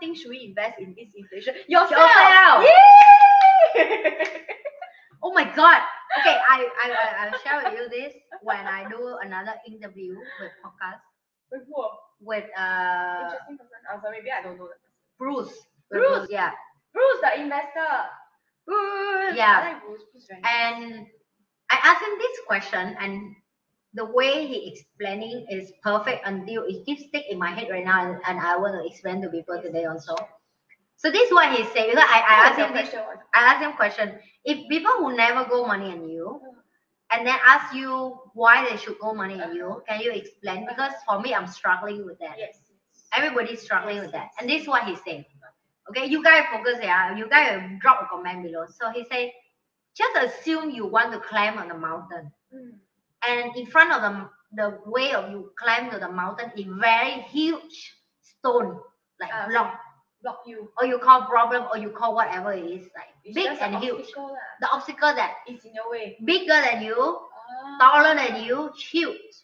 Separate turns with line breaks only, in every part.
things should we invest in this inflation?
Yourself.
oh my god. Okay, I I I- I'll share with you this when I do another interview with podcast
With who?
with uh
Interesting person. Oh, sorry, maybe I don't know the person.
Bruce. With
Bruce.
yeah.
Bruce, the investor. Bruce.
Yeah.
I like Bruce. Bruce is very nice.
And I asked him this question and the way he explaining is perfect until it keeps stick in my head right now and, and I want to explain to people today also. So this is what he said because I, I asked him this I asked him question. If people who never go money and you,
Oh,
and then ask you why they should go money and you, can you explain? Because for me, I'm struggling with that.
Yes.
Everybody's struggling with that, and this is what he said. Okay, you guys focus here. You guys drop a comment below. So he said, just assume you want to climb on the mountain,
Mm.
and in front of the the way of you climb to the mountain is very huge stone like
Ah.
block,
Block you.
or you call problem, or you call whatever it is like
It's
big
just
and
an
huge.
obstacle lah.
The obstacle that
It's in your way.
bigger than you,
Ah.
taller than you, huge.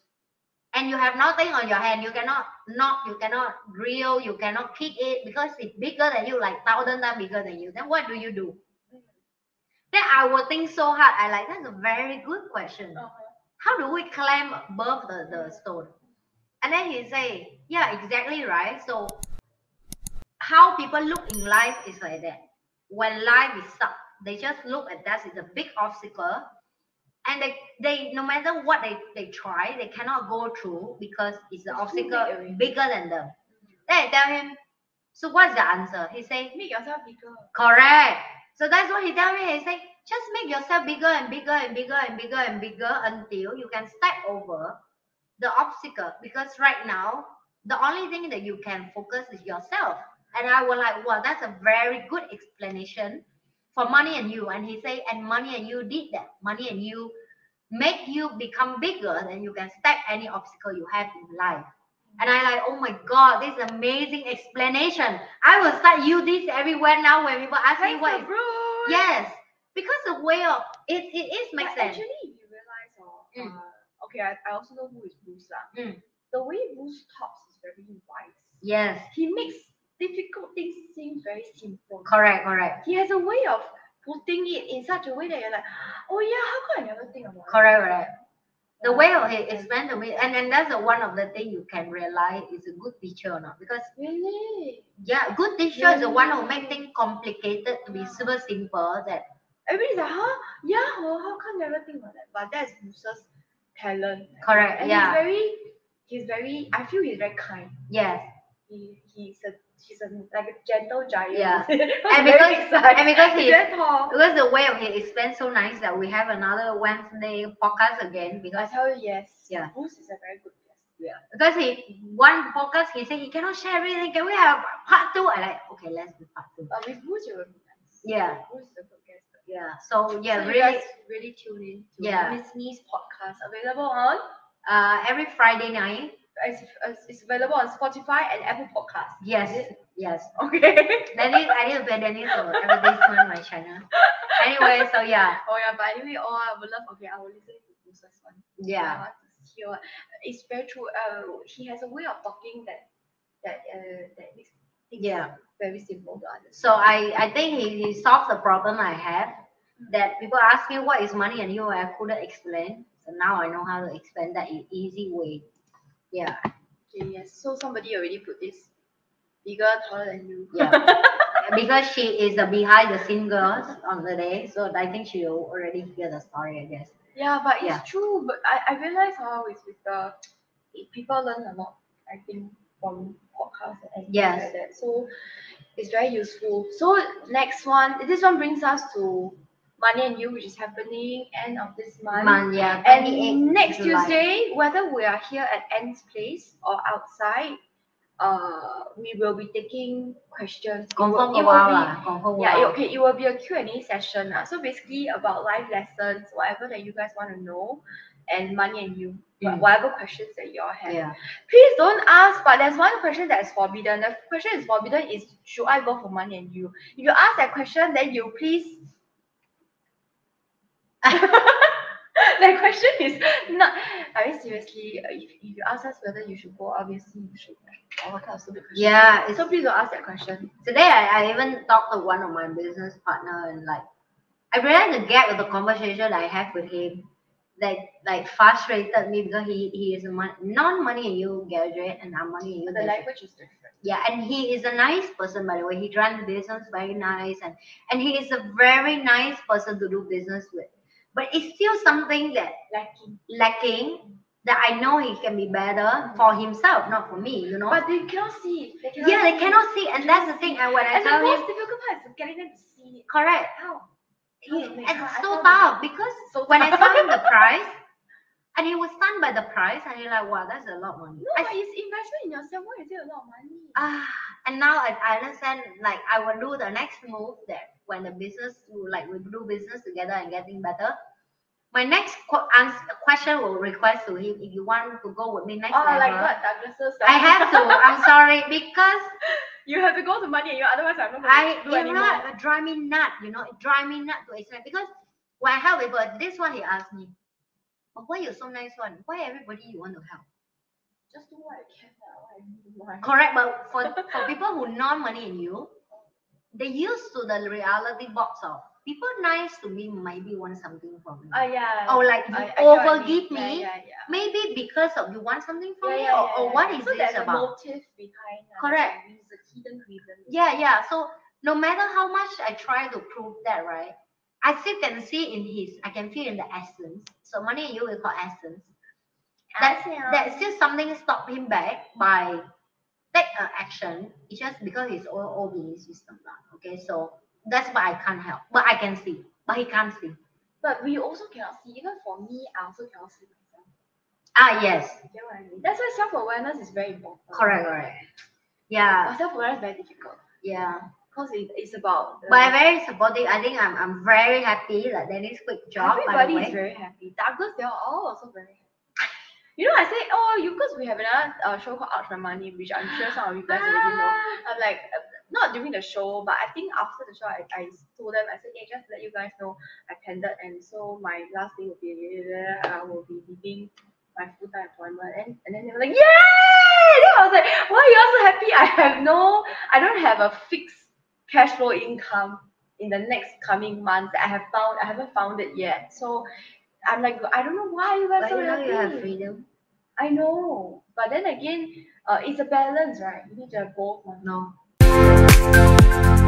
And you have nothing on your hand. You cannot knock, you cannot grill, you cannot kick it because it's bigger than you, like thousand times bigger than you. Then what do you do? Then I will think so hard. I like, that's a very good question.
Uh-huh.
How do we climb above the, the stone? And then he say, yeah, exactly right. So how people look in life is like that. When life is stuck, they just look at that as a big obstacle and they, they no matter what they, they try, they cannot go through because it's an
It's too big
obstacle
already.
bigger than them. Then I tell him, so what's the answer? He say,
Make yourself bigger.
correct. So that's what he tell me. He say, just make yourself bigger and bigger and bigger and bigger and bigger until you can step over the obstacle. Because right now, the only thing that you can focus is yourself. And I was like, wow, that's a very good explanation for money and you. And he say, and money and you did that. Money and you make you become bigger than you can step any obstacle you have in life. And I like, oh my god, this is amazing explanation. I will start use this everywhere now when people ask me
Thanks,
what. is-
Bruce.
Yes, because the way of it, it is makes
But
sense.
Actually, if you realize, oh,
Mm.
uh, okay, I, I also know who is Bruce lah.
Mm.
The way Bruce talks is very wise.
Yes,
He makes difficult things seem very simple.
correct, correct,
He has a way of putting it in such a way that you're like, oh yeah, how come I never think about it?
correct, correct. The
Yeah.
way of it explained to me, and and that's the one of the thing you can realize is a good teacher or not because
Really?
yeah, good teacher is the one who make things complicated to be
Yeah.
super simple. That
Everybody's like, huh? Yeah, well, how come never think about that? But that's Bruce's talent. right?
Correct,
And
yeah.
he's very, he's very, I feel he's very kind.
yes,
He, he's a, he's a, like a gentle giant.
Yeah.
and
because- and because he-
very tall.
because the way of it explained so nice that we have another Wednesday podcast again
I
because
tell you, yes.
Yeah.
Bruce is a very good guest. Yeah.
because he one podcast he said he cannot share everything. Can we have part two? I like okay, let's do part two.
But with Bruce, it will be nice.
Yeah.
Bruce is a good guest.
Yeah. So yeah,
so
really.
you guys really tune in to
Yeah.
Miss Me's podcast available on
uh, every Friday night.
it's, it's- it's available on Spotify and Apple Podcasts.
Yes, yes.
Okay.
Dennis, I need to pay Dennis for advertisement my channel. Anyway, so yeah,
oh yeah, but anyway, oh I would love okay, I will listen to Bruce's one. I
yeah,
want to hear what- it's very true. Uh he has a way of talking that that uh that makes things
yeah.
very simple to understand.
So I, I think he, he solved the problem I have. That people ask me what is money and you, I couldn't explain. So now I know how to explain that in easy way. Yeah,
Okay, yes. So somebody already put this bigger, taller than you.
yeah. because she is the behind the scene girls on the day, so I think she will already hear the story. I guess.
Yeah, but it's
Yeah.
true. But I, I realize how it's with the it, people learn a lot. I think from podcasts and things
Yes.
like that. So it's very useful. So next one, this one brings us to money and you, which is happening end of this month.
Man, yeah. 28
And next
July.
Tuesday, whether we are here at Anne's place or outside, uh, we will be taking questions. It will-
Confirm
it
a
will
while
be-
lah. Confirm a
yeah, it,
while.
okay, it will be a Q&A session. lah. So basically about life lessons, whatever that you guys want to know, and money and you, wha-
Mm.
whatever questions that you all have.
Yeah.
Please don't ask, but there's one question that is forbidden. The question is forbidden is, should I go for money and you? If you ask that question, then you please... the question is not. I mean, seriously, uh, if, if you ask us whether you should go, obviously you should. All Oh, kind of stupid questions.
Yeah, it's-
So please don't ask that question.
Today, I, I even talked to one of my business partner and like, I realized the gap of the conversation I have with him that like frustrated me because he, he is a mon- non-money and you graduate and I'm money and you
But the
graduate.
language is different.
Yeah, and he is a nice person by the way. He runs business very nice and and he is a very nice person to do business with. But it's still something that
Lacking.
lacking that I know he can be better for himself, not for me, you know.
But they cannot see. They cannot
yeah, they
see.
cannot see, and that's the thing. And when I
And the
tell him,
most difficult part is getting them to see it.
correct,
How?
he,
Oh my God,
it's
I
so
thought-
tough because
So
when I
tough.
tell him the price, and he was stunned by the price, and he's like, "Wow, that's a lot of money."
No,
I
but it's investment in yourself. Why is it a lot of money?
ah and now I, I understand like i will do the next move that when the business like we do business together and getting better my next qu- answer, question will request to him if you want to go with me next
Oh,
level,
like what Douglas's
i have to i'm sorry because
You have to go to money and you otherwise I'm not going
i
to do
you
anymore.
know it drive me nut you know it drive me nut to explain because when i help people this one he asked me but why you so nice one why everybody you want to help
Just do what I can lah, what I really want.
Correct, but for, for people who non money in you, they used to the reality box of people nice to me maybe want something from me.
Oh yeah.
or like you
I- I get what you
over
mean.
give me,
Yeah, yeah, yeah.
maybe because of you want something from
Yeah,
me
yeah,
or,
yeah,
or
yeah.
what is
so
this
there's a
about?
motive behind lah,
Correct.
there's a reason- hidden reason.
Yeah, yeah. So no matter how much I try to prove that, right? I still can see in his, I can feel in the essence. So money in you is called essence. That's
Ask him.
That's still something stop him back by take a action. It's just because his own old belief system. lah. Okay, so that's what I can't help. But I can see. But he can't see.
But we also cannot see. Even for me, I also cannot see myself.
Ah yes.
You get what I mean? That's why self awareness is very important.
Correct, correct. Yeah,
Self awareness is very difficult
yeah.
because it, it's about. the-
But I'm very supportive. I think I'm I'm very happy. Like Dennis quick job by the
Everybody
way.
is very happy. Douglas, they are all also very happy. You know, I say, oh, you because we have another uh, show called Out My Money, which I'm sure some of you guys already know. I'm like, uh, not during the show, but I think after the show, I, I told them, I said, hey, just to let you guys know, I pended, and so my last day will be, I will be leaving my full time employment. And, and then they were like, yay! Then I was like, why are you all so happy? I have no, I don't have a fixed cash flow income in the next coming months. I have found, I haven't found it yet. So I'm like, I don't know why you guys
But
so
you know
happy.
you have freedom.
I know, but then again, uh, it's a balance, right? You need to have both. mah.
No.